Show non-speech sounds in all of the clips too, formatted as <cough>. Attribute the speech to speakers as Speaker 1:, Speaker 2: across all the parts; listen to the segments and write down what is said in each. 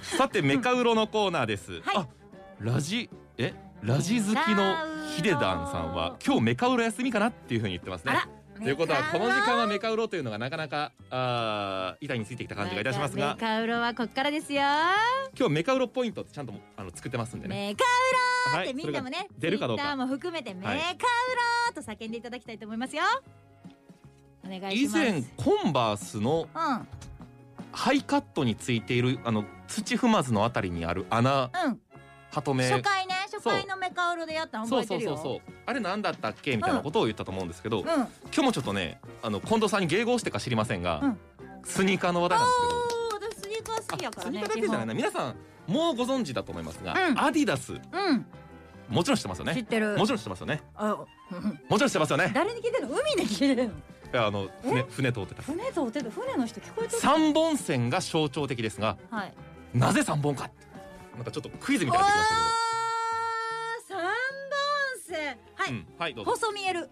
Speaker 1: さてメカウロのコーナーです、
Speaker 2: はい
Speaker 1: あラジえラジ好きのヒデダンさんは今日メカウロ休みかなっていうふうに言ってますね
Speaker 2: あら
Speaker 1: ということはこの時間はメカウロというのがなかなかあー板についてきた感じがいたしますが
Speaker 2: メカウロはこっからですよ
Speaker 1: 今日メカウロポイントちゃんとあの作ってますんでね
Speaker 2: メカウロ
Speaker 1: は
Speaker 2: ってみんなも
Speaker 1: ね
Speaker 2: ね
Speaker 1: 出るかどうか
Speaker 2: Twitter も含めてメカウロと叫んでいただきたいと思いますよお願いし
Speaker 1: 以
Speaker 2: ます
Speaker 1: 前コンバースの
Speaker 2: うん
Speaker 1: ハイカットについているあの土踏まずのあたりにある穴
Speaker 2: うん
Speaker 1: ハトメ
Speaker 2: 初回ね初回のメカウロでやったの
Speaker 1: そ
Speaker 2: 覚
Speaker 1: う
Speaker 2: え
Speaker 1: そ
Speaker 2: て
Speaker 1: う
Speaker 2: る
Speaker 1: そう
Speaker 2: よ
Speaker 1: そうあれなんだったっけみたいなことを言ったと思うんですけど、
Speaker 2: うん
Speaker 1: 今日もちょっとねあの近藤さんに迎合してか知りませんが、
Speaker 2: うん
Speaker 1: スニーカーの話題なんですけど
Speaker 2: おー私スニーカー好きや
Speaker 1: あ
Speaker 2: か
Speaker 1: ス
Speaker 2: ら
Speaker 1: ニ
Speaker 2: ね
Speaker 1: ーカーだけじゃないな皆さんもうご存知だと思いますが、
Speaker 2: うん
Speaker 1: アディダス
Speaker 2: 基本うん
Speaker 1: もちろん知ってますよ
Speaker 2: 知っ
Speaker 1: ね
Speaker 2: てる
Speaker 1: もちろん知ってますよね
Speaker 2: あ <laughs> うん
Speaker 1: もちろん知ってますよね
Speaker 2: 誰に聞いてるの海に聞いてるの
Speaker 1: いやあの船船通ってた
Speaker 2: 船とお手と船の人聞こえてる
Speaker 1: 三本線が象徴的ですが
Speaker 2: はい
Speaker 1: なぜ三本かなんかちょっとクイズ
Speaker 2: お
Speaker 1: み
Speaker 2: ー
Speaker 1: たいになってきました
Speaker 2: 三本線は
Speaker 1: け
Speaker 2: い、
Speaker 1: ど、うん、はいどうぞ
Speaker 2: 細見える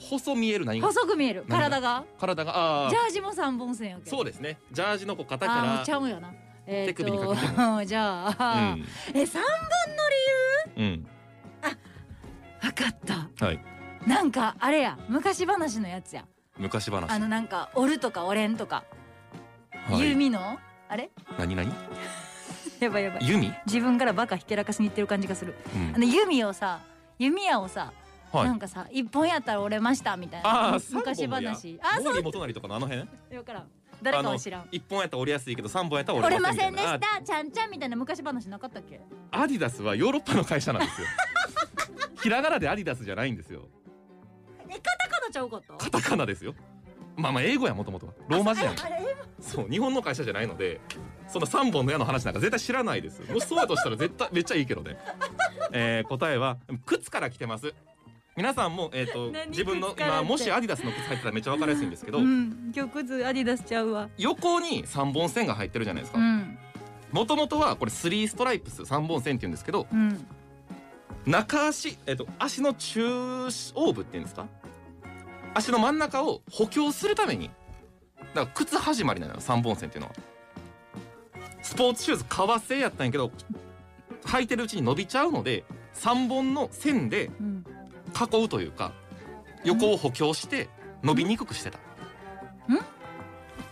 Speaker 1: 細見える何が
Speaker 2: 細く見える
Speaker 1: 何が
Speaker 2: 体が
Speaker 1: 体がああ
Speaker 2: ジャージも三本線やけど
Speaker 1: そう
Speaker 2: で
Speaker 1: ですねジャージのこう肩
Speaker 2: あーも
Speaker 1: か
Speaker 2: うち
Speaker 1: ら
Speaker 2: ゃうよなえー、
Speaker 1: 手首にかけて
Speaker 2: と <laughs> じゃあ、え三
Speaker 1: うん、うん、
Speaker 2: 分かった
Speaker 1: はい
Speaker 2: なんかあれや昔話のやつや
Speaker 1: 昔話
Speaker 2: あのなんか折るとか折れんとか、
Speaker 1: はい、
Speaker 2: 弓のあれ <laughs>
Speaker 1: 何何
Speaker 2: やばいやばい
Speaker 1: 弓、
Speaker 2: 自分からバカひけらかしにいってる感じがする
Speaker 1: うん
Speaker 2: あの弓をさ弓矢をさ、
Speaker 1: はい
Speaker 2: なんかさ一本やったら折れましたみたい
Speaker 1: あ
Speaker 2: な
Speaker 1: あ
Speaker 2: 昔
Speaker 1: 三本の矢
Speaker 2: 話あ
Speaker 1: 毛利元就とかのあの辺
Speaker 2: そうよからん誰かは知らん
Speaker 1: 一本やったら折りやすいけど三本やったら
Speaker 2: 折
Speaker 1: 折
Speaker 2: れ
Speaker 1: れま
Speaker 2: ま
Speaker 1: せ
Speaker 2: せ
Speaker 1: ん
Speaker 2: ん
Speaker 1: み
Speaker 2: で
Speaker 1: たいな
Speaker 2: したちゃんちゃんみたいな昔話なかったっけ
Speaker 1: あアディダスはヨーロッパの会社なんですよ <laughs> ひらがなでアディダスじゃないんですよ
Speaker 2: えカタカナちゃうかった
Speaker 1: カタカナですよまあまあ英語やもともとはローマ字やん
Speaker 2: あれあれ
Speaker 1: そう日本の会社じゃないのでその三本の矢の話なんか絶対知らないですもしそうだとしたら絶対めっちゃいいけ
Speaker 2: <laughs>
Speaker 1: どね、えー、答えは靴から来てます皆さんも、えー、と
Speaker 2: <laughs> 何
Speaker 1: 自分の
Speaker 2: 靴からっ
Speaker 1: 今
Speaker 2: て
Speaker 1: もしアディダスの靴入ってたらめっちゃ分かりやすいんですけど、
Speaker 2: うん今日靴アディダスちゃうわ
Speaker 1: 横に三本線が入ってるじゃないです
Speaker 2: う
Speaker 1: か
Speaker 2: ん
Speaker 1: もともとはこれスリーストライプス三本線って言うんですけど
Speaker 2: うん
Speaker 1: 中足、えっと、足の中央部っていうんですか足の真ん中を補強するためにだから靴始まりなのよ3本線っていうのはスポーツシューズ革製やったんやけど履いてるうちに伸びちゃうので3本の線で
Speaker 2: うん
Speaker 1: 囲うというか横を補強して伸びにくくしてた
Speaker 2: ん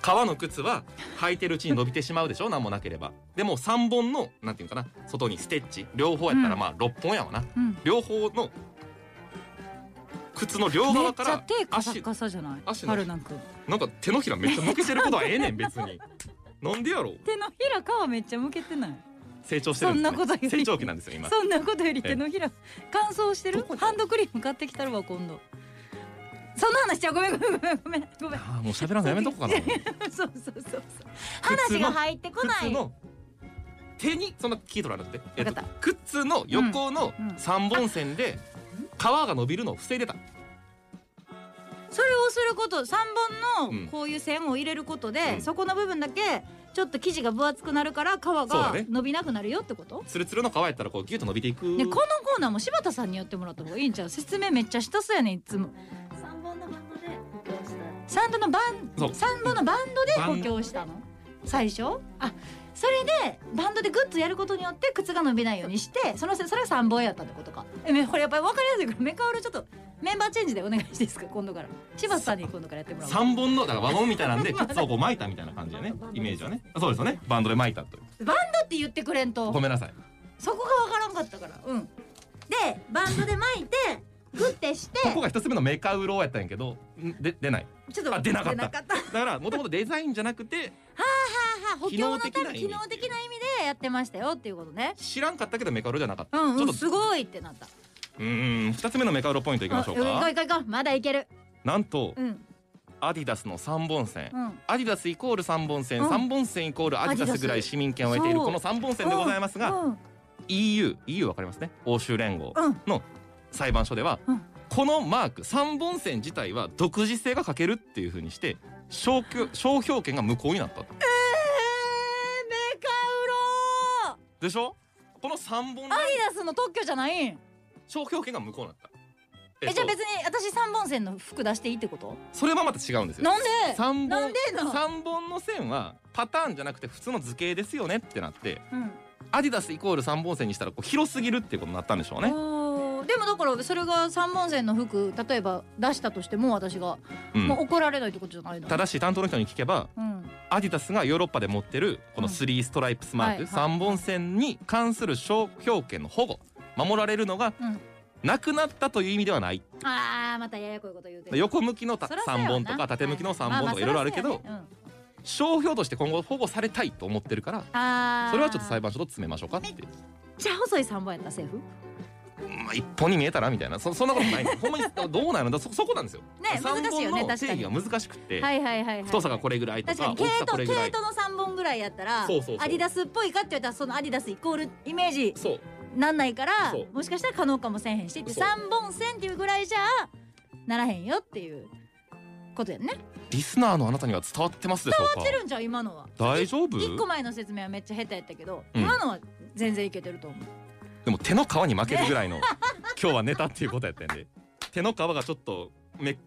Speaker 1: 革の靴は履いてるうちに伸びてしまうでしょ何もなければでも3本のなんていうかな外にステッチ両方やったらまあ6本やわな、
Speaker 2: うん
Speaker 1: 両方の靴の両
Speaker 2: め
Speaker 1: 側
Speaker 2: っ
Speaker 1: か
Speaker 2: ちゃ
Speaker 1: ら
Speaker 2: 手カサカサじゃない
Speaker 1: 足の
Speaker 2: 春なんくん
Speaker 1: なんか手のひらめっちゃ向けてることはええねん別に <laughs> なんでやろう
Speaker 2: 手のひら皮めっちゃむけてない
Speaker 1: 成長してるんです、ね、
Speaker 2: そんなことより
Speaker 1: 成長期なんですよ今
Speaker 2: そんなことより
Speaker 1: え
Speaker 2: 手のひら乾燥してるハンドクリーム買ってきたるわ今度そんな話しちゃうごめんごめんごめんごめん
Speaker 1: <laughs>
Speaker 2: ごめん
Speaker 1: ああもう喋らんのやめとこうかな
Speaker 2: <laughs> そうそうそうそう話が入ってこない
Speaker 1: 靴の手にそんな聞いとらなくて、えっと
Speaker 2: わかっ、
Speaker 1: 靴の横の
Speaker 2: うんうん
Speaker 1: 3本線で皮が伸びるのを防いでた
Speaker 2: それをすること3本
Speaker 1: うん
Speaker 2: のこういう線を入れることで、
Speaker 1: うん
Speaker 2: そこの部分だけちょっと生地が分厚くなるから皮
Speaker 1: そうだ
Speaker 2: が
Speaker 1: ね
Speaker 2: 伸びなくなるよってこと、
Speaker 1: ツルツルの皮やったらこうギュッと伸びていく
Speaker 2: ねこのコーナーも柴田さんにやってもらった方がいいんちゃう説明めっちゃ下手そうやねんいつも
Speaker 3: 三本のバンドで補強した
Speaker 2: サンドのバ
Speaker 1: そう
Speaker 2: ンサンドのバンドで
Speaker 1: バン
Speaker 2: 補強したの最初あそれでバンドでグッとやることによって靴が伸びないようにしてそのせそれが3本やったってことかえめこれやっぱり分かりやすいからメカオルちょっとメンバーチェンジでお願いしていいですか今度から柴田さんに今度からやってもらおう
Speaker 1: 3本のだから輪ゴムみたいなんで靴をこう巻いたみたいな感じだねイメージはねそうですよねバンドで巻いたという
Speaker 2: だって言ってくれんと
Speaker 1: ごめんなさい
Speaker 2: そこがわからんかったからうんでバンドで巻いてグッてして
Speaker 1: ここが一つ目のメカウロやったんやけどんで出ない
Speaker 2: ちょっと
Speaker 1: あ出なかった
Speaker 2: たは
Speaker 1: だからもともとデザインじゃなくて
Speaker 2: あはあ補強のため
Speaker 1: 機
Speaker 2: 機
Speaker 1: 能
Speaker 2: 能
Speaker 1: 的な意味っ
Speaker 2: 的
Speaker 1: ていう
Speaker 2: な意味でやってましたよっていうことね
Speaker 1: 知らんかったけどメカウロじゃなかった
Speaker 2: うん
Speaker 1: ちょっ
Speaker 2: うん
Speaker 1: と
Speaker 2: すごいってなった
Speaker 1: うーん2つ目のメカウロポイントいきましょう
Speaker 2: あ行こう
Speaker 1: か
Speaker 2: 行こう行こうまだいける
Speaker 1: なんと
Speaker 2: うん
Speaker 1: アディダスの3本線
Speaker 2: うん
Speaker 1: アディダスイコール3本線
Speaker 2: うん
Speaker 1: 3本線イコールアディダスぐらい市民権を得ている
Speaker 2: そう
Speaker 1: この3本線でございますが
Speaker 2: うん
Speaker 1: EU EU わかりますね欧州連合
Speaker 2: うん
Speaker 1: の裁判所では
Speaker 2: うん
Speaker 1: このマーク3本線自体は独自性が欠けるっていうふうにして商標商標権が無効になったと
Speaker 2: えーメカウロ
Speaker 1: でしょこの3本の
Speaker 2: アディダスの特許じゃないん
Speaker 1: 商標権が無効になったえ
Speaker 2: え
Speaker 1: っ
Speaker 2: じゃ
Speaker 1: と
Speaker 2: あ別に私三本線の服出していいってこと
Speaker 1: それはまた違うんですよ
Speaker 2: なんで
Speaker 1: 三
Speaker 2: な
Speaker 1: 本
Speaker 2: んでの
Speaker 1: 三本の線はパターンじゃなくて普通の図形ですよねってなって
Speaker 2: うん
Speaker 1: アディダスイコール三本線にしたらこう広すぎるってことになったんでしょうね。
Speaker 2: おーでもだからそれが三本線の服例えば出したとしても私が、
Speaker 1: う
Speaker 2: も
Speaker 1: ん
Speaker 2: う怒られないってことじゃないの
Speaker 1: ただし担当の人に聞けば
Speaker 2: うん
Speaker 1: アディダスがヨーロッパで持ってるこの
Speaker 2: うん
Speaker 1: 3ストライプスマーク、
Speaker 2: はいはい
Speaker 1: 3本線に関する商標権の保護守られるのが
Speaker 2: うん
Speaker 1: なくなったという意味ではない
Speaker 2: あーまたややこいこと言うてる
Speaker 1: 横向きのた
Speaker 2: そらそうやわ
Speaker 1: 3
Speaker 2: な
Speaker 1: 本とか縦向きの3本とかいろいろあるけど
Speaker 2: まあまあそらそうやね
Speaker 1: 商標として今後保護されたいと思ってるから
Speaker 2: うんあー
Speaker 1: それはちょっと裁判所と詰めましょうかっていう
Speaker 2: じゃあ細い三本やった政府
Speaker 1: まあ一本に見えたらみたいなそそんなことないほんまにどうなるんだそそこなんですよ。
Speaker 2: ね
Speaker 1: 三
Speaker 2: 難しいよね
Speaker 1: 本の
Speaker 2: 確か
Speaker 1: 定義
Speaker 2: に
Speaker 1: が
Speaker 2: はい
Speaker 1: 難しくて、
Speaker 2: はいはいはい
Speaker 1: 太さがこれぐらいと
Speaker 2: 確か
Speaker 1: か
Speaker 2: に毛
Speaker 1: 大きさ
Speaker 2: 糸
Speaker 1: これぐら
Speaker 2: 毛
Speaker 1: い
Speaker 2: 糸の三本ぐらいやったら
Speaker 1: そうそうそう
Speaker 2: アディダスっぽいかって言ったらそのアディダスイコールイメージ
Speaker 1: そう
Speaker 2: なんないから
Speaker 1: そう
Speaker 2: もしかしたら可能かもせんへんしって
Speaker 1: そう
Speaker 2: 3本線っていうぐらいじゃならへんよっていうことやんね
Speaker 1: リスナーのあなたには伝わってますでしょうか
Speaker 2: 知ってるんじゃう今のは
Speaker 1: 大丈夫
Speaker 2: 1個前の説明はめっちゃ下手やったけど、
Speaker 1: うん
Speaker 2: 今のは全然いけてると思う
Speaker 1: でも手の皮に負けるぐらいの今日はネタっていうことやったんで手の皮がちょっと
Speaker 2: <laughs>
Speaker 1: め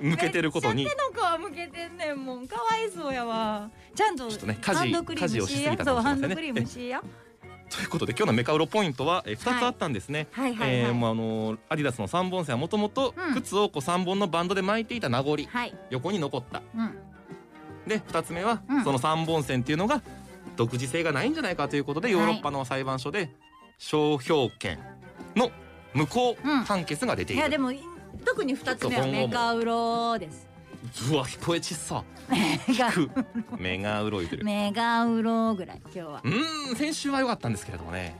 Speaker 1: 向けてることに
Speaker 2: めっちゃ手の皮向けてんねんもんかわいそうやわちゃんと
Speaker 1: ちょっとね家事
Speaker 2: ハンドクリームし
Speaker 1: 家事をしす
Speaker 2: や
Speaker 1: ぎたか
Speaker 2: そ
Speaker 1: も
Speaker 2: う
Speaker 1: し
Speaker 2: ハ
Speaker 1: れませ
Speaker 2: ン
Speaker 1: んね
Speaker 2: ドクリームしや
Speaker 1: ということで今日のメカウロポイントはえー
Speaker 2: は
Speaker 1: 2
Speaker 2: い
Speaker 1: つあったんですね。
Speaker 2: はいはい
Speaker 1: え
Speaker 2: は
Speaker 1: ー
Speaker 2: い、
Speaker 1: もうあのーアディダスの3本線はもともと
Speaker 2: うん
Speaker 1: 靴をこう3本のバンドで巻いていた名残
Speaker 2: はい
Speaker 1: 横に残った
Speaker 2: うん
Speaker 1: で2つ目は
Speaker 2: うん
Speaker 1: その3本線っていうのが独自性がないんじゃないかということで
Speaker 2: はい
Speaker 1: ヨーロッパの裁判所で商標権の無効
Speaker 2: うん
Speaker 1: 判決が出て
Speaker 2: い
Speaker 1: いる、
Speaker 2: やでもい特に二つ目はメカウロです
Speaker 1: うわ聞こえちっさ
Speaker 2: メガ
Speaker 1: く目がうろいてる
Speaker 2: <laughs> メガウロぐらい今日は
Speaker 1: うーん先週は良かったんですけれどもね